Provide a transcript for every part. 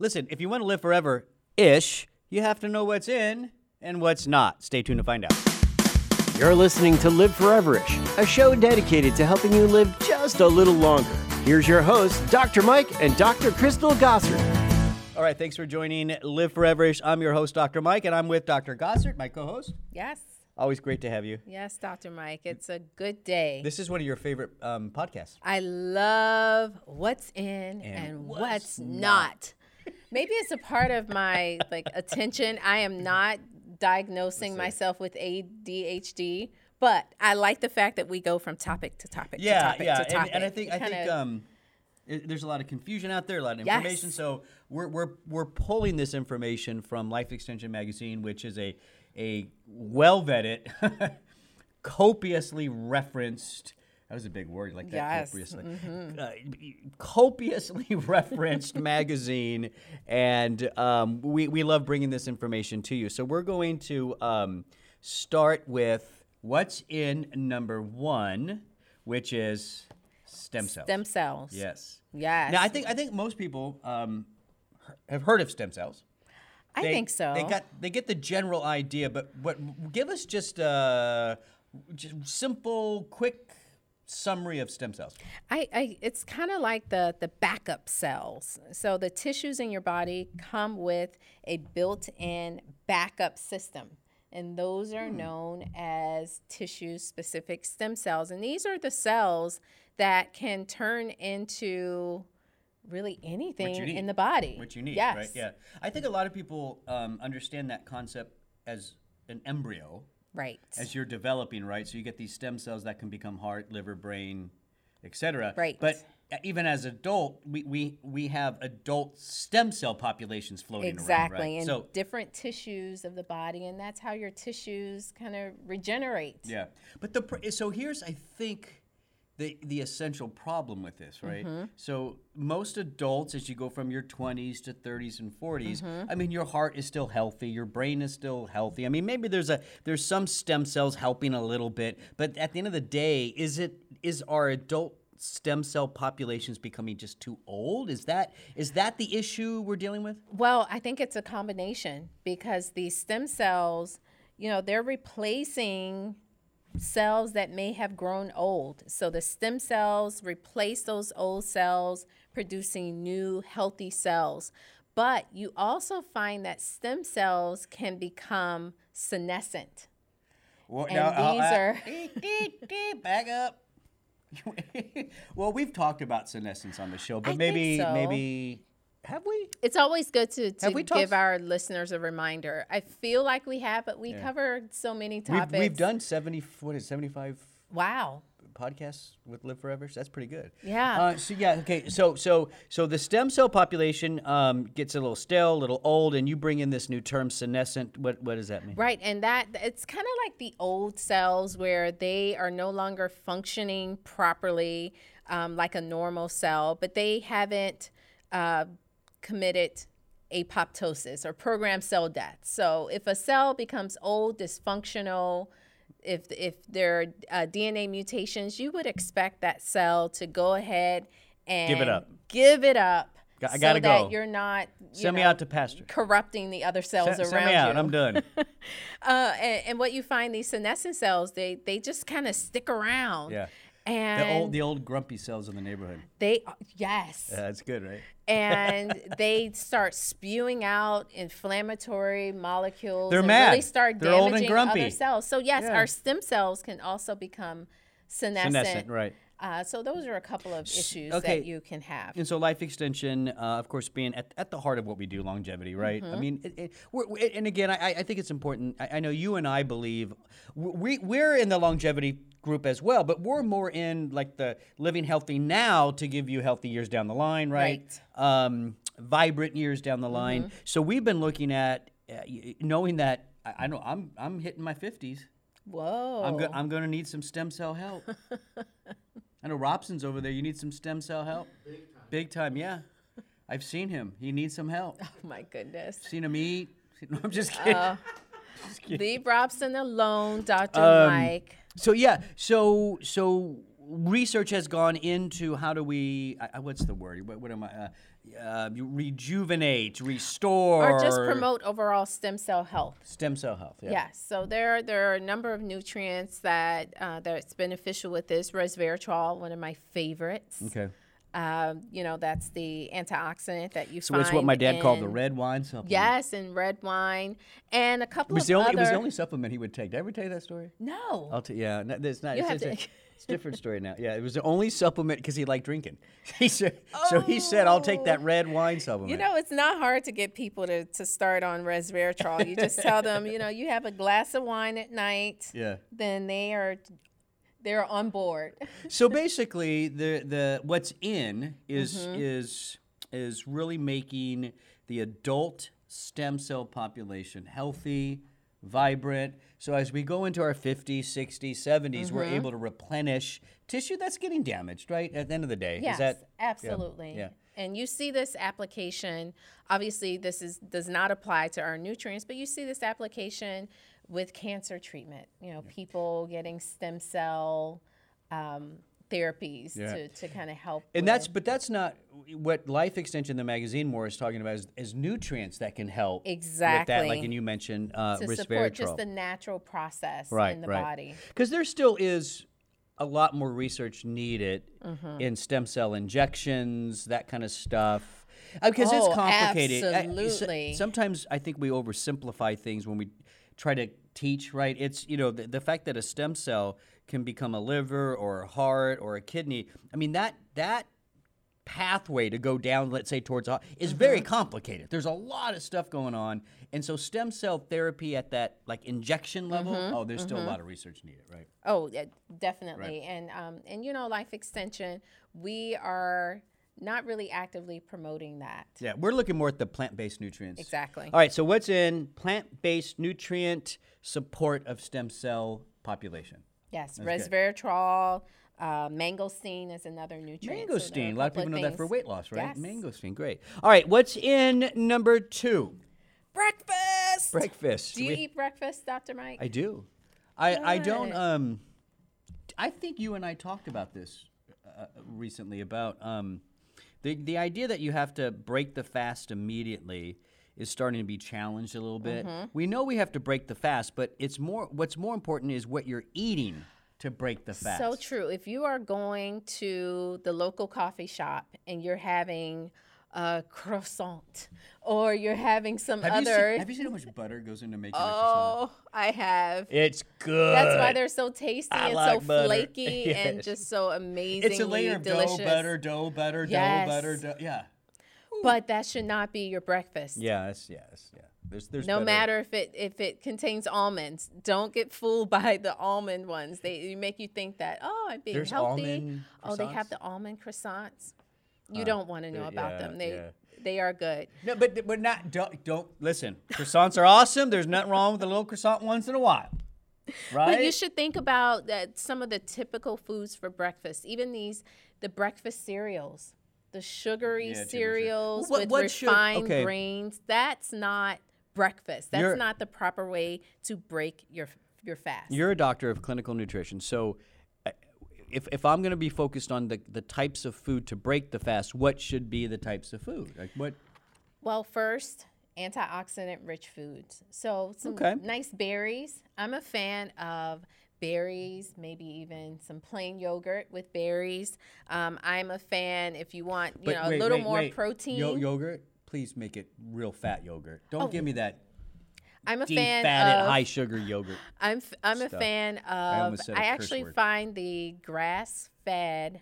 Listen, if you want to live forever ish, you have to know what's in and what's not. Stay tuned to find out. You're listening to Live Foreverish, a show dedicated to helping you live just a little longer. Here's your hosts, Dr. Mike and Dr. Crystal Gossard. All right, thanks for joining Live Foreverish. I'm your host, Dr. Mike, and I'm with Dr. Gossert, my co host. Yes. Always great to have you. Yes, Dr. Mike. It's a good day. This is one of your favorite um, podcasts. I love what's in and, what's, not. Maybe it's a part of my like attention. I am not diagnosing myself with ADHD, but I like the fact that we go from topic to topic to Yeah, topic yeah, to topic. and, and I think It I think kinda- um, i- there's a lot of confusion out there, a lot of Yes. information. So we're we're we're pulling this information from Life Extension Magazine, which is a a well vetted, copiously referenced. That was a big word like that. Yes, Copiously, Mm-hmm. Uh, copiously referenced magazine, and um, we we love bringing this information to you. So we're going to um, start with what's in number one, which is stem cells. stem cells. Yes. Yes. Now I think I think most people um, he- have heard of stem cells. I They- think so. They got they get the general idea, but what give us just a just simple, quick summary of stem cells. I, I it's kind of like the the backup cells. So the tissues in your body come with a built-in backup system. And those are Hmm. known as tissue specific stem cells. And these are the cells that can turn into really anything you need. in the body. What you need, yes. right? Yeah. I think a lot of people um, understand that concept as an embryo Right. as you're developing, right? So you get these stem cells that can become heart, liver, brain, etc. Right. But uh, even as adult, we, we we have adult stem cell populations floating exactly around, right? and so different tissues of the body and that's how your tissues kind of regenerate Yeah, but the pr- so here's I think the the essential problem with this, right? So most adults, as you go from your 20s to 30s and 40s, I mean, your heart is still healthy, your brain is still healthy. I mean, maybe there's a there's some stem cells helping a little bit, but at the end of the day, is it is our adult stem cell populations becoming just too old? Is that is that the issue we're dealing with? Well, I think it's a combination because these stem cells, you know, they're replacing cells that may have grown old. So the stem cells replace those old cells, producing new healthy cells. But you also find that stem cells can become senescent. Well, And these are- Eek, eek, eek, back up. well, we've talked about senescence on the show, but I think maybe so. maybe have we? It's always good to, to we give talked- our listeners a reminder. I feel like we have, but we covered so many We've, topics. we've done seventy. What is seventy five Wow. podcasts with Live Forever? So that's pretty good. Yeah. Uh, so yeah. Okay. So so so the stem cell population um, gets a little stale, a little old, and you bring in this new term senescent. What what does that mean? Right, and that it's kind of like the old cells where they are no longer functioning properly, um, like a normal cell, but they haven't uh, committed apoptosis or programmed cell death. So if a cell becomes old, dysfunctional, if if there are uh, DNA mutations, you would expect that cell to go ahead and it up. Give it up. Go- I so gotta that go. You're not. You Send me know, out to pasture. Corrupting the other cells Send, around send me out. you I'm done. uh, and, and what you find these senescent cells, they they just kind of stick around. Yeah. And the old the old grumpy cells in the neighborhood. they yes, Yeah, that's good, right? and they start spewing out inflammatory molecules. They're and Really mad. start They're old and damaging grumpy. other cells. So yes, Yeah. our stem cells can also become senescent. Senescent, right? Uh, so those are a couple of issues okay. that you can have. And so, life extension, uh, of course, being at, at the heart of what we do, longevity, right? I mean, it, it, we're, we- and again, I, I think it's important. I, I know you and I believe we, we're in the longevity group as well, but we're more in like the living healthy now to give you healthy years down the line, right? Um, vibrant years down the line. So, we've been looking at uh, y- knowing that I, I know I'm, I'm hitting my 50s. Whoa. I'm, go- I'm going to need some stem cell help. I know Robson's over there. You need some stem cell help? Big time. yeah. I've seen him. He needs some help. oh my goodness. seen him eat. No, I'm Uh. just kidding. Leave Robson alone, Dr. Um, Mike. so yeah, so so research has gone into how do we? I, I- what's the word? What, what am I? Uh, uh, you rejuvenate, restore, or just promote overall stem cell health. stem cell health. Yeah. Yes. So there, there are a number of nutrients that uh, that's beneficial with this. Resveratrol, one of my favorites. Okay. Um, you know, that's the antioxidant that you So find. it's what my dad called the in- red wine supplement. Yes, and red wine, and a couple It was of the only. other. It was the only supplement he would take. Did I ever tell you that story? No. I'll tell yeah, no, it's not. You it's, have it's a, to- it's a different story now. Yeah, it was the only supplement because he liked drinking. He said, so he said, I'll take that red wine supplement. Oh. You know, it's not hard to get people to, to start on resveratrol. You just tell them, you know, you have a glass of wine at night. Yeah. Then they are, they're on board. so basically, the the what's in is Mm-hmm. is is really making the adult stem cell population healthy, vibrant. So as we go into our 50s, 60s, 70s, we're Mm-hmm. able to replenish tissue that's getting damaged, right? At the end of the day, Yes, is that absolutely. yeah. And you see this application. Obviously, this is does not apply to our nutrients, but you see this application with cancer treatment. You know, people getting stem cell um, therapies Yeah. to, to kind of help. And with- that's but that's not what Life Extension, the magazine, more is talking about is, is nutrients that can help with that, like Exactly. and you mentioned uh, to support just the resveratrol. natural process right, in the right. body. Because there still is a lot more research needed Mm-hmm. in stem cell injections, that kind of stuff. Because Oh, it's complicated. I- so- absolutely. sometimes I think we oversimplify things when we try to teach. Right? It's you know the, the fact that a stem cell can become a liver or a heart or a kidney. I mean that that pathway to go down, let's say, towards au- is very Mm-hmm. complicated. There's a lot of stuff going on, and so stem cell therapy at that like injection level, Mm-hmm. oh, there's still a lot of research needed, right? Oh, yeah, definitely. And um, and you know, life extension, we are not really actively promoting that. Yeah, we're looking more at the plant-based nutrients. Exactly. All right, so what's in plant-based nutrient support of stem cell population? Yes, resveratrol, uh, mangosteen is another nutrient. so there are Mangosteen. A lot of couple people know that for things. weight loss, right? Yes. Mangosteen, great. All right, what's in number two? Breakfast. Breakfast. Do you We- eat breakfast, Dr. Mike? I do. I, I don't. Good. Um, I think you and I talked about this uh, recently about um, the the idea that you have to break the fast immediately is starting to be challenged a little bit. Mm-hmm. We know we have to break the fast, but it's more. What's more important is what you're eating to break the fast. So true. If you are going to the local coffee shop and you're having a croissant or you're having some have you, other. seen, have you seen how much butter goes into making a croissant? oh, I have. It's good. That's why they're so tasty I and like so butter. flaky and Yes. just so amazingly It's a layer of delicious. dough, butter, dough, butter, Yes. dough, butter, dough. Yeah. But that should not be your breakfast. Yeah. That's, yeah. That's, yeah. There's, there's No better- matter if it if it contains almonds, don't get fooled by the almond ones. They they make you think that oh, I'm being There's healthy. almond Oh, they have croissants? the almond croissants. You don't want to know uh, about yeah, them. They yeah. they are good. No, but but not don't don't listen. Croissants are awesome. There's nothing wrong with a little croissant once in a while, right? But you should think about that some of the typical foods for breakfast, even these the breakfast cereals, the sugary Yeah, too much sugar. cereals What- with what should- refined okay. grains. That's not breakfast. That's You're- not the proper way to break your your fast. You're a doctor of clinical nutrition, so uh, if if I'm going to be focused on the the types of food to break the fast, what should be the types of food? Like what? Well, first, antioxidant rich foods. So, some Okay. nice berries. I'm a fan of berries, maybe even some plain yogurt with berries. Um, I'm a fan if you want, you but know, wait, a little wait, more wait. protein. Yo- yogurt. Please make it real fat yogurt. Don't give me that I'm a fan defatted of high sugar yogurt. I'm f- I'm a fan of I, almost said a curse actually word. find the grass-fed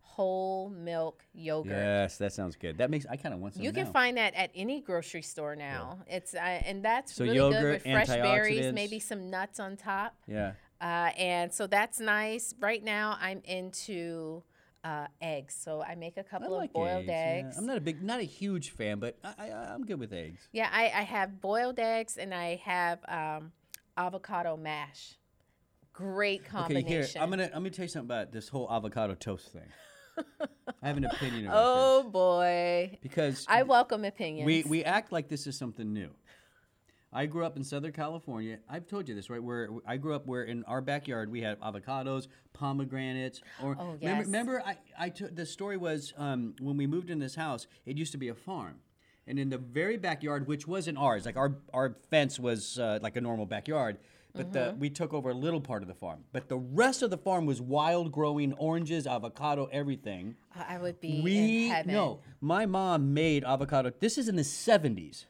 whole milk yogurt. Yes, that sounds good. That makes I kind of want some. You now. can find that at any grocery store now. It's uh, and that's really good yogurt, with fresh berries, antioxidants. maybe some nuts on top, Yeah. uh, and so that's nice. Right now, I'm into uh, eggs, so I make a couple of boiled yeah. eggs. I'm not a big, not a huge fan, but I, I, I'm good with eggs. Yeah, I, I have boiled eggs and I have um, avocado mash. Great Okay, combination. here I'm gonna I'm gonna tell you something about this whole avocado toast thing. I have an opinion about Oh this boy. because I welcome opinions. we we act like this is something new. I grew up in Southern California. I've told you this, right? Where I grew up, where in our backyard we had avocados, pomegranates. Or Oh, remember, yes. remember I, I took the story was um, when we moved in this house. It used to be a farm, and in the very backyard, which wasn't ours, like our our fence was uh, like a normal backyard. But the, Mm-hmm. we took over a little part of the farm. But the rest of the farm was wild growing oranges, avocado, everything. I I would be in We heaven. no, my mom made avocado. This is in the seventies.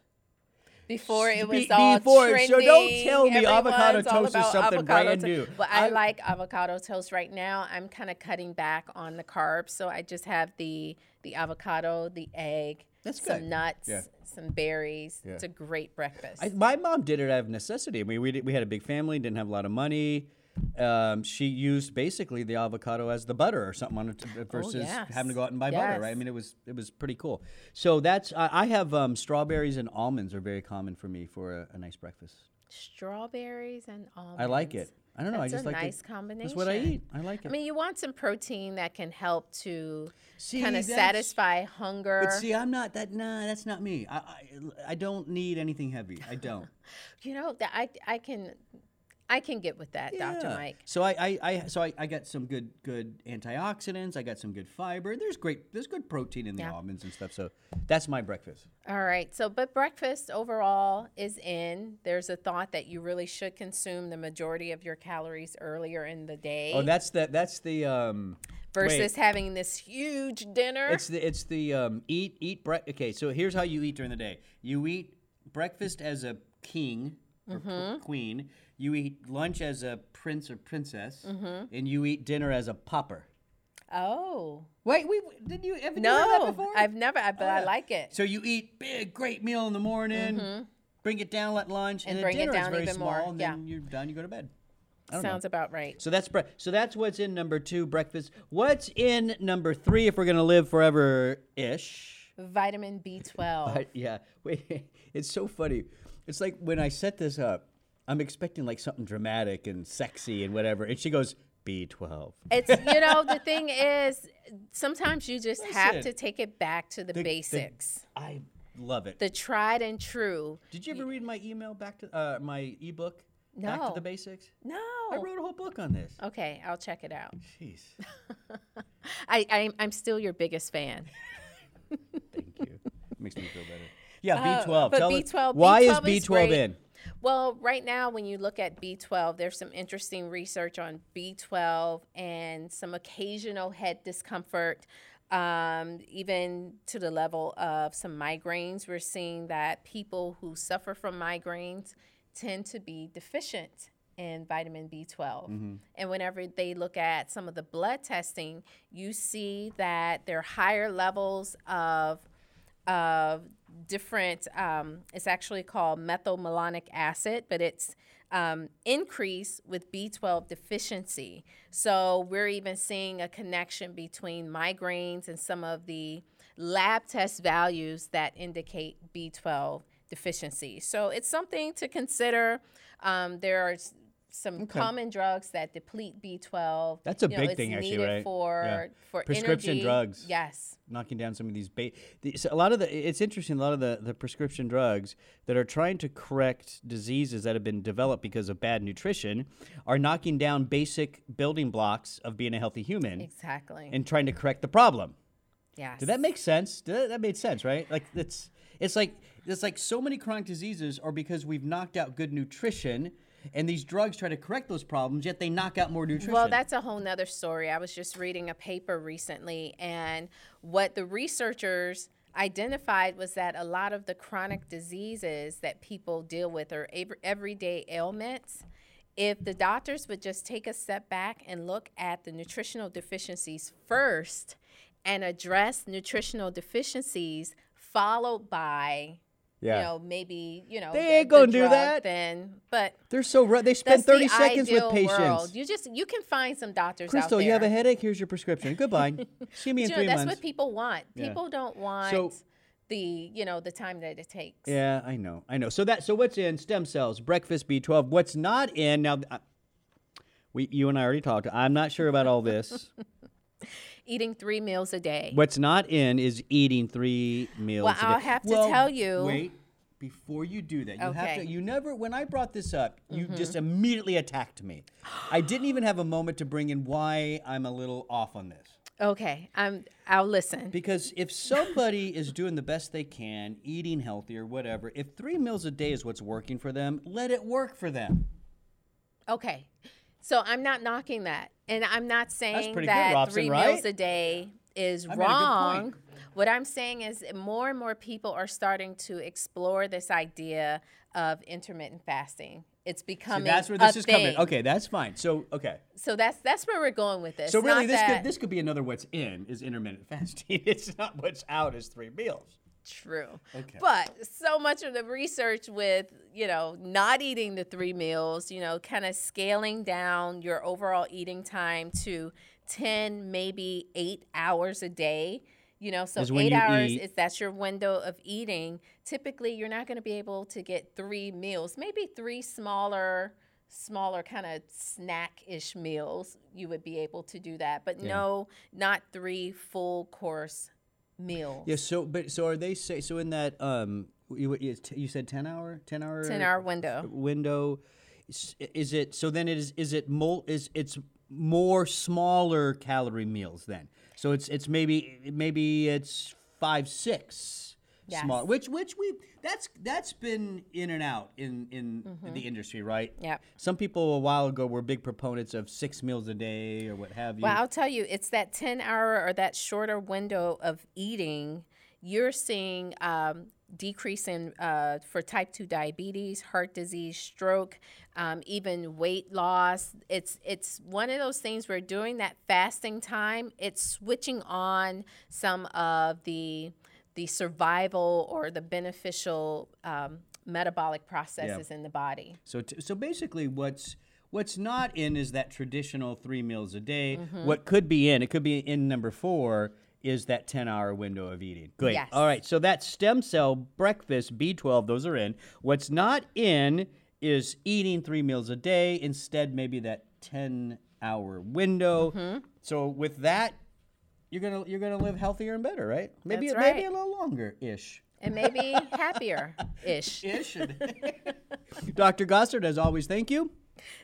Before it was Be- all before, trendy. so don't tell me avocado Everyone's all toast is about something avocado brand to- new. Well, I, I- like avocado toast right now. I'm kind of cutting back on the carbs, so I just have the the avocado, the egg, That's some good. nuts, Yeah. some berries. It's a great breakfast. I, my mom did it out of necessity. I mean, we, did, we had a big family, didn't have a lot of money. Um, she used basically the avocado as the butter or something on it to- versus Oh, yes. having to go out and buy butter. Right? I Yes. mean, it was it was pretty cool. So that's I, I have um, strawberries and almonds are very common for me for a, a nice breakfast. Strawberries and almonds. I like it. I don't know. That's I just a like nice it. combination. That's what I eat. I like it. I mean, you want some protein that can help to See, kind of that's- satisfy hunger. but see, I'm not that. Nah, that's not me. I I, I don't need anything heavy. I don't. you know, that I I can I can get with that, Dr. Yeah. Mike. So I, I, I so I, I got some good good antioxidants. I got some good fiber. There's great there's good protein in the Yeah. almonds and stuff. So that's my breakfast. All right. So, but breakfast overall is in. There's a thought that you really should consume the majority of your calories earlier in the day Oh, that's the that's the um versus wait. having this huge dinner. it's the it's the um eat eat bre- okay. So here's how you eat during the day. You eat breakfast as a king or pr- queen. You eat lunch as a prince or princess, and you eat dinner as a pauper. oh, Wait, we didn't you ever that no. before? Oh. I've never, I, but I Yeah. like it. So you eat big, great meal in the morning, bring it down at lunch, and, then Mm-hmm. And bring it dinner down is very even small, more, and yeah. then you're done. You go to bed. Sounds about right. So that's bre- so that's what's in number two, breakfast. What's in number three if we're gonna live forever ish? Vitamin B12. Yeah, wait, it's so funny. It's like when I set this up, I'm expecting like something dramatic and sexy and whatever, and she goes B12. It's, you know, the thing is, sometimes you just have to Listen. take it back to the, basics, I love it. the tried and true. Did you ever read my email back to uh, my ebook? Back to No. the basics. No. Oh. I wrote a whole book on this. Okay, I'll check it out. Jeez. I, I'm, I'm still your biggest fan. Thank you. Makes me feel better. Yeah, B12. Oh, but Tell us- B12 why is B12 is B12 great. in? Well, right now, when you look at B12, there's some interesting research on B12 and some occasional head discomfort, um, even to the level of some migraines. We're seeing that people who suffer from migraines tend to be deficient in vitamin B12. And whenever they look at some of the blood testing, you see that there are higher levels of of different um, it's actually called methylmalonic acid but it's um, increased with b12 deficiency so we're even seeing a connection between migraines and some of the lab test values that indicate b12 deficiency so it's something to consider um, there are s- some common drugs that deplete b12 That's a You big it's thing actually, needed right? for Yeah. for Prescription energy. drugs. yes Knocking down some of these ba- the, so a lot of the it's interesting a lot of the, the prescription drugs that are trying to correct diseases that have been developed because of bad nutrition are knocking down basic building blocks of being a healthy human exactly and trying to correct the problem. yes Did that make sense? Did that, that made sense, right? Like it's it's like it's like so many chronic diseases are because we've knocked out good nutrition, and these drugs try to correct those problems, yet they knock out more nutrition. Well, that's a whole nother story. I was just reading a paper recently, and what the researchers identified was that a lot of the chronic diseases that people deal with are ev- everyday ailments. If the doctors would just take a step back and look at the nutritional deficiencies first and address nutritional deficiencies, followed by, you know, maybe, you know, They ain't gonna do drug that. Then, but they're so ru- they spend that's thirty the seconds with ideal patients. world. You just you can find some doctors out Crystal, there. you have a headache. Here's your prescription. Goodbye. See me in You know, three that's months. what people want. Yeah. People don't want So- the you know the time that it takes. yeah, I know, I know. So that so what's in stem cells, breakfast B12. What's not in now? I, we you and I already talked. I'm not sure about all this. Eating three meals a day. What's not in is eating three meals. Well, a day. I'll have to tell you- Wait, Before you do that, you have to. Okay. Mm-hmm. You never. When I brought this up, you just immediately attacked me. I didn't even have a moment to bring in why I'm a little off on this. Okay, I'm. I'll listen. Because if somebody is doing the best they can, eating healthier, whatever, if three meals a day is what's working for them, let it work for them. Okay, so I'm not knocking that, and I'm not saying pretty good, that Robson, three right? meals a day is made a good wrong. point. What I'm saying is more and more people are starting to explore this idea of intermittent fasting. It's becoming That's where this a is thing. coming. Okay, that's fine. So okay. So that's that's where we're going with this. so really, Not this that could this could be another what's in is intermittent fasting. it's not what's out is three meals. true. Okay. But so much of the research with, you know, not eating the three meals, you know, kind of scaling down your overall eating time to 10, maybe eight hours a day. You know, so Is when eight you hours eat. is that's your window of eating. Typically, you're not going to be able to get three meals, maybe three smaller, smaller kind of snack ish meals. You would be able to do that, but no, not three full course meals. Yeah. So but so are they say so in that um you, you you said ten hour ten hour 10 hour window. window is- is it so then it is is it mol is it's more smaller calorie meals then so it's it's maybe maybe it's five six small Yes. which which we that's that's been in and out in in the industry right Yep. some people a while ago were big proponents of six meals a day or what have you Well, I'll tell you, it's that 10 hour or that shorter window of eating. You're seeing um, decrease in uh, for type 2 diabetes, heart disease, stroke, um, even weight loss. It's, it's one of those things where during that fasting time, it's switching on some of the, the survival or the beneficial um, metabolic processes in the body. So t- so basically, what's what's not in is that traditional three meals a day. Mm-hmm. What could be in, it could be in number four, is that ten hour window of eating. Great. Yes. All right. So that stem cell breakfast B twelve, those are in. What's not in is eating three meals a day. Instead, maybe that ten hour window. Mm-hmm. So with that. You're gonna you're gonna live healthier and better, right? Maybe That's maybe a right. little longer ish. And maybe happier ish. Ish. Dr. Gossard, as always, thank you.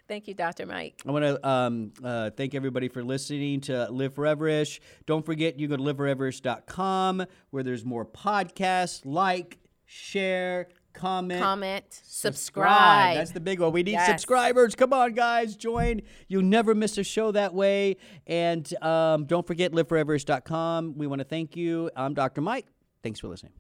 Thank you, Dr. Mike. I want to um, uh, thank everybody for listening to Live Foreverish. Don't forget, you go to liveforeverish.com where there's more podcasts. Like, share, comment, comment, subscribe. subscribe. That's the big one. We need Yes. subscribers. Come on, guys, join. You'll never miss a show that way. And um, don't forget, liveforeverish.com. We want to thank you. I'm Dr. Mike. Thanks for listening.